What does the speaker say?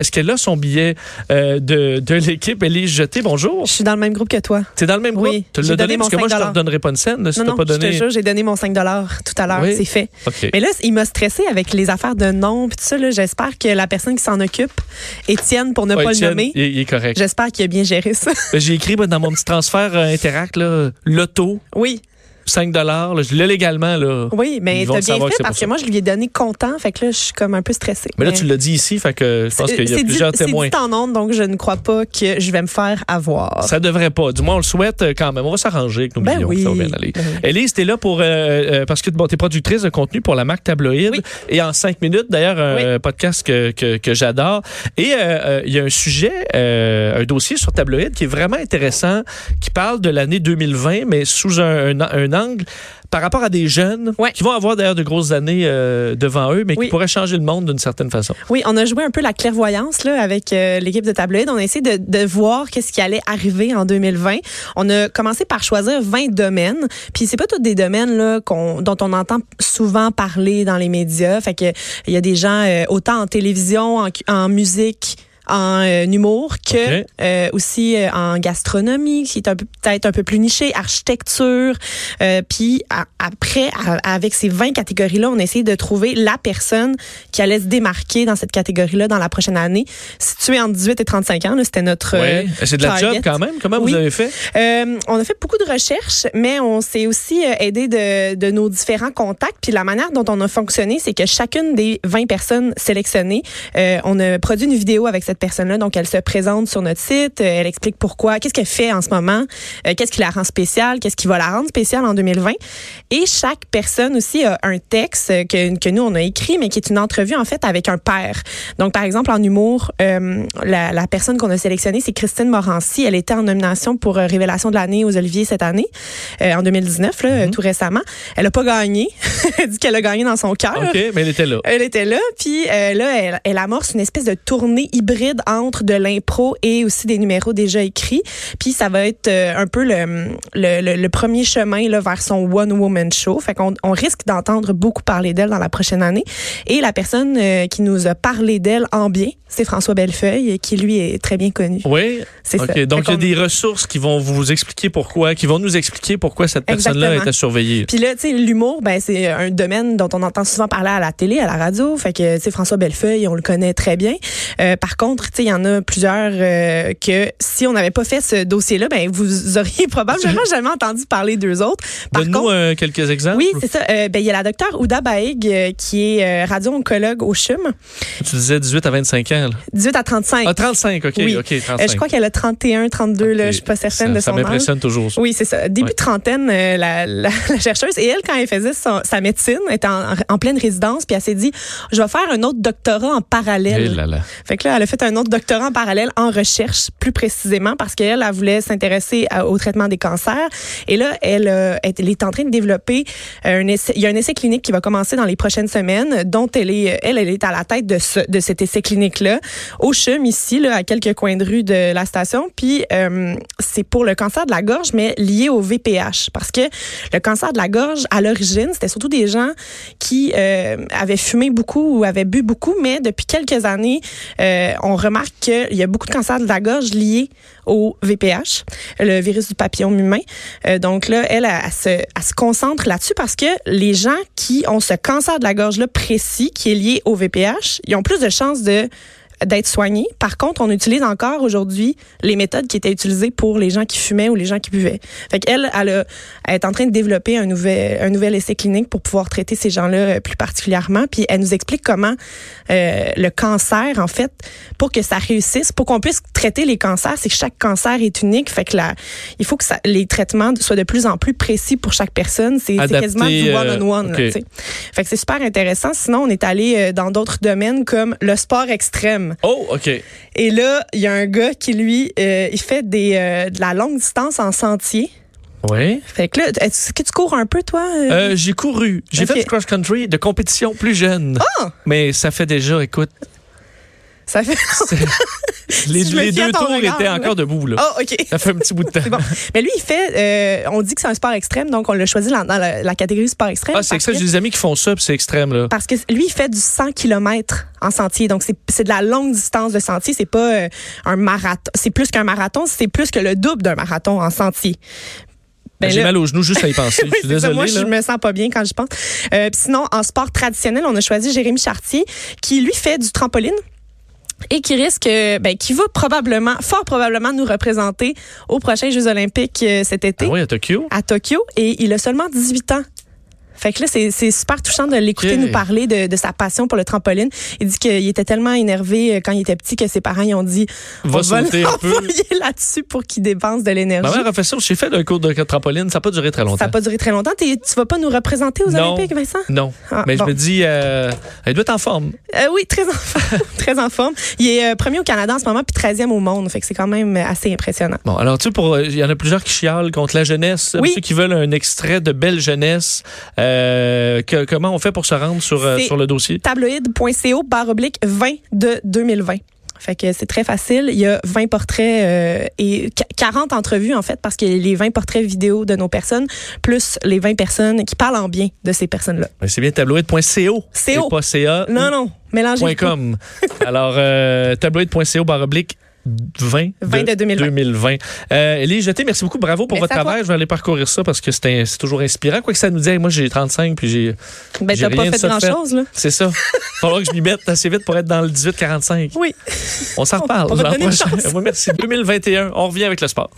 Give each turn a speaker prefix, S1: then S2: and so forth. S1: Est-ce qu'elle a son billet euh, de, de l'équipe? Elle est jetée. Bonjour.
S2: Je suis dans le même groupe que toi.
S1: T'es dans le même groupe?
S2: Oui,
S1: Tu
S2: j'ai
S1: l'as
S2: donné
S1: donné parce
S2: mon
S1: que moi, je
S2: 5
S1: te redonnerai pas une scène là, si
S2: non,
S1: t'as
S2: non,
S1: pas
S2: je te
S1: donné.
S2: jure, j'ai donné mon 5 tout à l'heure,
S1: Oui.
S2: c'est fait.
S1: OK.
S2: Mais là, il m'a stressé avec les affaires de nom puis tout ça. là. J'espère que la personne qui s'en occupe, Étienne, pour ne
S1: Ouais,
S2: pas
S1: Étienne,
S2: le nommer,
S1: Il, il est correct. Ben,
S2: j'espère qu'il a bien géré ça.
S1: J'ai écrit moi, dans mon petit transfert euh, Interact, là, l'auto,
S2: oui,
S1: 5 là, je l'ai légalement. Là.
S2: oui, mais
S1: Ils vont
S2: t'as
S1: le
S2: bien
S1: savoir que
S2: fait
S1: c'est
S2: parce
S1: pour
S2: que
S1: ça.
S2: moi, je lui ai donné content, fait que là, je suis comme un peu stressée.
S1: Mais là, tu l'as dit ici, fait que je pense
S2: C'est-
S1: qu'il y a
S2: c'est dit-
S1: plusieurs témoins.
S2: C'est dit en ondes, donc je ne crois pas que je vais me faire avoir.
S1: Ça devrait pas. Du moins, on le souhaite euh, quand même. On va s'arranger avec nos
S2: Ben
S1: millions.
S2: oui.
S1: Ça va bien aller.
S2: Ben oui.
S1: Élise, t'es là pour euh, euh, parce que bon, t'es productrice de contenu pour la marque Tabloïd
S2: Oui.
S1: et en cinq minutes d'ailleurs un
S2: Oui.
S1: euh, podcast que, que, que j'adore et euh, euh, il y a un sujet, euh, un dossier sur Tabloïd qui est vraiment intéressant, qui parle de l'année 2020 mais sous un, un, un angle par rapport à des jeunes
S2: Ouais.
S1: qui vont avoir d'ailleurs de grosses années euh, devant eux mais
S2: Oui.
S1: qui pourraient changer le monde d'une certaine façon.
S2: Oui, on a joué un peu la clairvoyance là, avec euh, l'équipe de Tabloïd. On a essayé de, de voir qu'est-ce qui allait arriver en 2020. On a commencé par choisir 20 domaines. Puis c'est pas tous des domaines là, qu'on- dont on entend souvent parler dans les médias. Fait que il y a des gens euh, autant en télévision, en, cu- en musique en euh, humour que
S1: Ok.
S2: euh, aussi euh, en gastronomie qui est un peu- peut-être un peu plus niché architecture euh, puis a- après a- avec ces 20 catégories là on essaie de trouver la personne qui allait se démarquer dans cette catégorie là dans la prochaine année située entre 18 et 35 ans là, c'était notre euh,
S1: Ouais. C'est de la job
S2: target.
S1: quand même. Comment
S2: Oui.
S1: vous avez fait?
S2: Euh, on a fait beaucoup de recherches, mais on s'est aussi euh, aidé de, de nos différents contacts. Puis la manière dont on a fonctionné, c'est que chacune des 20 personnes sélectionnées, euh, on a produit une vidéo avec cette personne-là. Donc, elle se présente sur notre site, euh, elle explique pourquoi, qu'est-ce qu'elle fait en ce moment, euh, qu'est-ce qui la rend spéciale, qu'est-ce qui va la rendre spéciale en 2020. Et chaque personne aussi a un texte euh, que, que nous, on a écrit, mais qui est une entrevue, en fait, avec un père. Donc, par exemple, en humour, euh, la, la personne qu'on a sélectionnée, c'est Christine Morancy. Elle était en nomination pour euh, Révélation de l'année aux Oliviers cette année, euh, en 2019, là, euh, tout récemment. Elle n'a pas gagné. elle dit qu'elle a gagné dans son cœur.
S1: OK, mais elle était là.
S2: Elle était là, puis euh, là, elle, elle amorce une espèce de tournée hybride entre de l'impro et aussi des numéros déjà écrits. Puis ça va être euh, un peu le, le, le- le premier chemin là, vers son one-woman show. Fait qu'on on risque d'entendre beaucoup parler d'elle dans la prochaine année. Et la personne euh, qui nous a parlé d'elle en bien, c'est François Bellefeuille, qui lui est très bien connu.
S1: Oui,
S2: C'est
S1: OK.
S2: ça.
S1: Donc, il
S2: Fait
S1: y a
S2: qu'on-
S1: des ressources qui vont vous expliquer pourquoi, qui vont nous expliquer pourquoi cette personne-là
S2: Exactement.
S1: est à surveiller.
S2: Puis là, tu sais, l'humour, ben, c'est un domaine dont on entend souvent parler à la télé, à la radio. Fait que, tu sais, François Bellefeuille, on le connaît très bien. Euh, par contre, tu sais, il y en a plusieurs euh, que si on n'avait pas fait ce dossier-là, ben, vous auriez probablement jamais entendu parler d'eux autres. Par
S1: Donne-nous
S2: contre,
S1: euh, quelques exemples.
S2: oui, c'est ça. Euh, ben, il y a la docteure Ouda Baig, euh, qui est euh, radio-oncologue au CHUM,
S1: Tu disais 18 à 25 ans. là.
S2: 18 à 35.
S1: Ah, 35, OK.
S2: Oui.
S1: OK, 35.
S2: Euh, je crois qu'elle a 31, 32, là,
S1: OK.
S2: je suis pas certaine
S1: ça,
S2: de
S1: ça
S2: son âge.
S1: m'impressionne toujours. ça.
S2: Oui, c'est ça. Début
S1: Ouais.
S2: trentaine, euh, la, la- la chercheuse. Et elle, quand elle faisait son- sa médecine, elle était en, en pleine résidence, puis elle s'est dit, je vais faire un autre doctorat en parallèle.
S1: Eh là là.
S2: Fait que là, elle a fait un autre doctorat en parallèle en recherche, plus précisément, parce qu'elle, elle voulait s'intéresser à- au traitement des cancers. Et là, elle, euh, elle est en train de développer euh, un essai. Il y a un essai clinique qui va commencer dans les prochaines semaines, dont elle est, euh, elle, elle est à la tête de, ce, de cet essai clinique-là, au CHUM, ici, là, à quelques coins de rue de la station. Puis, euh, c'est pour le cancer de la gorge, mais lié au VPH. Parce que le cancer de la gorge, à l'origine, c'était surtout des gens qui euh, avaient fumé beaucoup ou avaient bu beaucoup, mais depuis quelques années, euh, on remarque qu'il y a beaucoup de cancers de la gorge liés au VPH, le virus du papillon humain. Euh, donc là, elle, elle, elle se, elle se concentre là-dessus parce que les gens qui ont ce cancer de la gorge-là précis, qui est lié au VPH, ils ont plus de chances de d'être soignés. Par contre, on utilise encore aujourd'hui les méthodes qui étaient utilisées pour les gens qui fumaient ou les gens qui buvaient. Fait qu'elle, elle, a- elle est en train de développer un nouvel, un nouvel essai clinique pour pouvoir traiter ces gens-là euh, plus particulièrement. Puis elle nous explique comment euh, le cancer, en fait, pour que ça réussisse, pour qu'on puisse traiter les cancers, c'est que chaque cancer est unique. Fait que la, il faut que ça- les traitements soient de plus en plus précis pour chaque personne. C'est c'est
S1: Adapté,
S2: quasiment du
S1: euh,
S2: one-on-one. là,
S1: ok.
S2: tu sais. Fait que c'est super intéressant. Sinon, on est allé euh, dans d'autres domaines comme le sport extrême.
S1: Oh, OK.
S2: Et là, il y a un gars qui, lui, euh, il fait des, euh, de la longue distance en sentier.
S1: Oui.
S2: Fait que là, est-ce que tu cours un peu, toi?
S1: Euh, j'ai couru. J'ai
S2: OK. Ah!
S1: fait du cross-country de compétition plus jeune. Mais ça fait déjà, écoute,
S2: Ça fait.
S1: Les,
S2: Si je me
S1: les
S2: fie à
S1: deux
S2: ton
S1: tours
S2: regard,
S1: étaient
S2: là.
S1: encore debout, là.
S2: Ah, OK.
S1: Ça fait un petit bout de temps.
S2: C'est bon. Mais lui, il fait. euh, on dit que c'est un sport extrême, donc on l'a choisi dans, dans la, la catégorie sport extrême.
S1: Ah, c'est
S2: parce
S1: extrême.
S2: que-
S1: J'ai des amis qui font ça, puis c'est extrême, là.
S2: Parce que lui, il fait du 100 km en sentier. Donc, c'est c'est de la longue distance de sentier. C'est pas euh, un marathon. C'est plus qu'un marathon. C'est plus que le double d'un marathon en sentier. Ben
S1: J'ai
S2: là-
S1: mal aux genoux juste à y penser.
S2: Oui,
S1: je suis
S2: c'est ça.
S1: désolé,
S2: Moi,
S1: là.
S2: je me sens pas bien quand je pense. Euh, puis sinon, en sport traditionnel, on a choisi Jérémy Chartier, qui lui fait du trampoline et qui risque, euh, ben, qui va probablement, fort probablement, nous représenter aux prochains Jeux Olympiques euh, cet été
S1: Ah oui, à Tokyo.
S2: à Tokyo et il a seulement 18 ans. Fait que là, c'est c'est super touchant de l'écouter
S1: Ok.
S2: nous parler de, de sa passion pour le trampoline. Il dit qu'il était tellement énervé euh, quand il était petit que ses parents ils ont dit
S1: Va
S2: on va
S1: sauter un peu.
S2: l'envoyer là-dessus pour qu'il dépense de l'énergie.
S1: Ma mère a fait ça. J'ai fait un cours de trampoline. Ça n'a pas duré très
S2: ça
S1: longtemps.
S2: n'a pas duré très longtemps. T'es- Tu vas pas nous représenter aux
S1: Non.
S2: Olympiques, Vincent?
S1: Non.
S2: Ah,
S1: Mais
S2: bon.
S1: je me dis, euh, elle doit être en forme.
S2: Euh, oui, très en forme. très en forme. Il est euh, premier au Canada en ce moment, puis 13e au monde. Fait que c'est quand même euh, assez impressionnant.
S1: Bon, alors tu sais, pour euh, il y en a plusieurs qui chialent contre la jeunesse,
S2: Oui.
S1: ceux qui veulent un extrait de belle jeunesse. euh, que- comment on fait pour se rendre sur euh,
S2: C'est-
S1: sur le dossier
S2: tabloid.co barre oblique 20 de 2020. Fait que c'est très facile. Il y a 20 portraits euh, et qu- 40 entrevues, en fait, parce qu'il y a les 20 portraits vidéo de nos personnes, plus les 20 personnes qui parlent en bien de ces personnes-là.
S1: Mais C'est bien tabloid.co. C'est
S2: CO.
S1: pas ca.
S2: Non, non, mélangez
S1: Point
S2: pas.
S1: com. alors euh, tabloid.co barre oblique 20,
S2: 20 de 2020.
S1: 2020. Euh, Élie Jeté, merci beaucoup. Bravo pour
S2: Merci
S1: votre
S2: à toi.
S1: travail. Je vais aller parcourir ça parce que c'est un- c'est toujours inspirant. Quoi que ça nous dise, moi j'ai 35 puis j'ai.
S2: Ben,
S1: J'ai
S2: t'as pas
S1: rien de
S2: fait
S1: ça fait.
S2: grand-chose, là.
S1: C'est ça. Falloir que je m'y mette assez vite pour être dans le 18-45.
S2: Oui.
S1: On s'en
S2: On-
S1: reparle.
S2: on va te
S1: l'an
S2: donner une
S1: prochain.
S2: chance.
S1: Oui, merci. 2021, on revient avec le sport.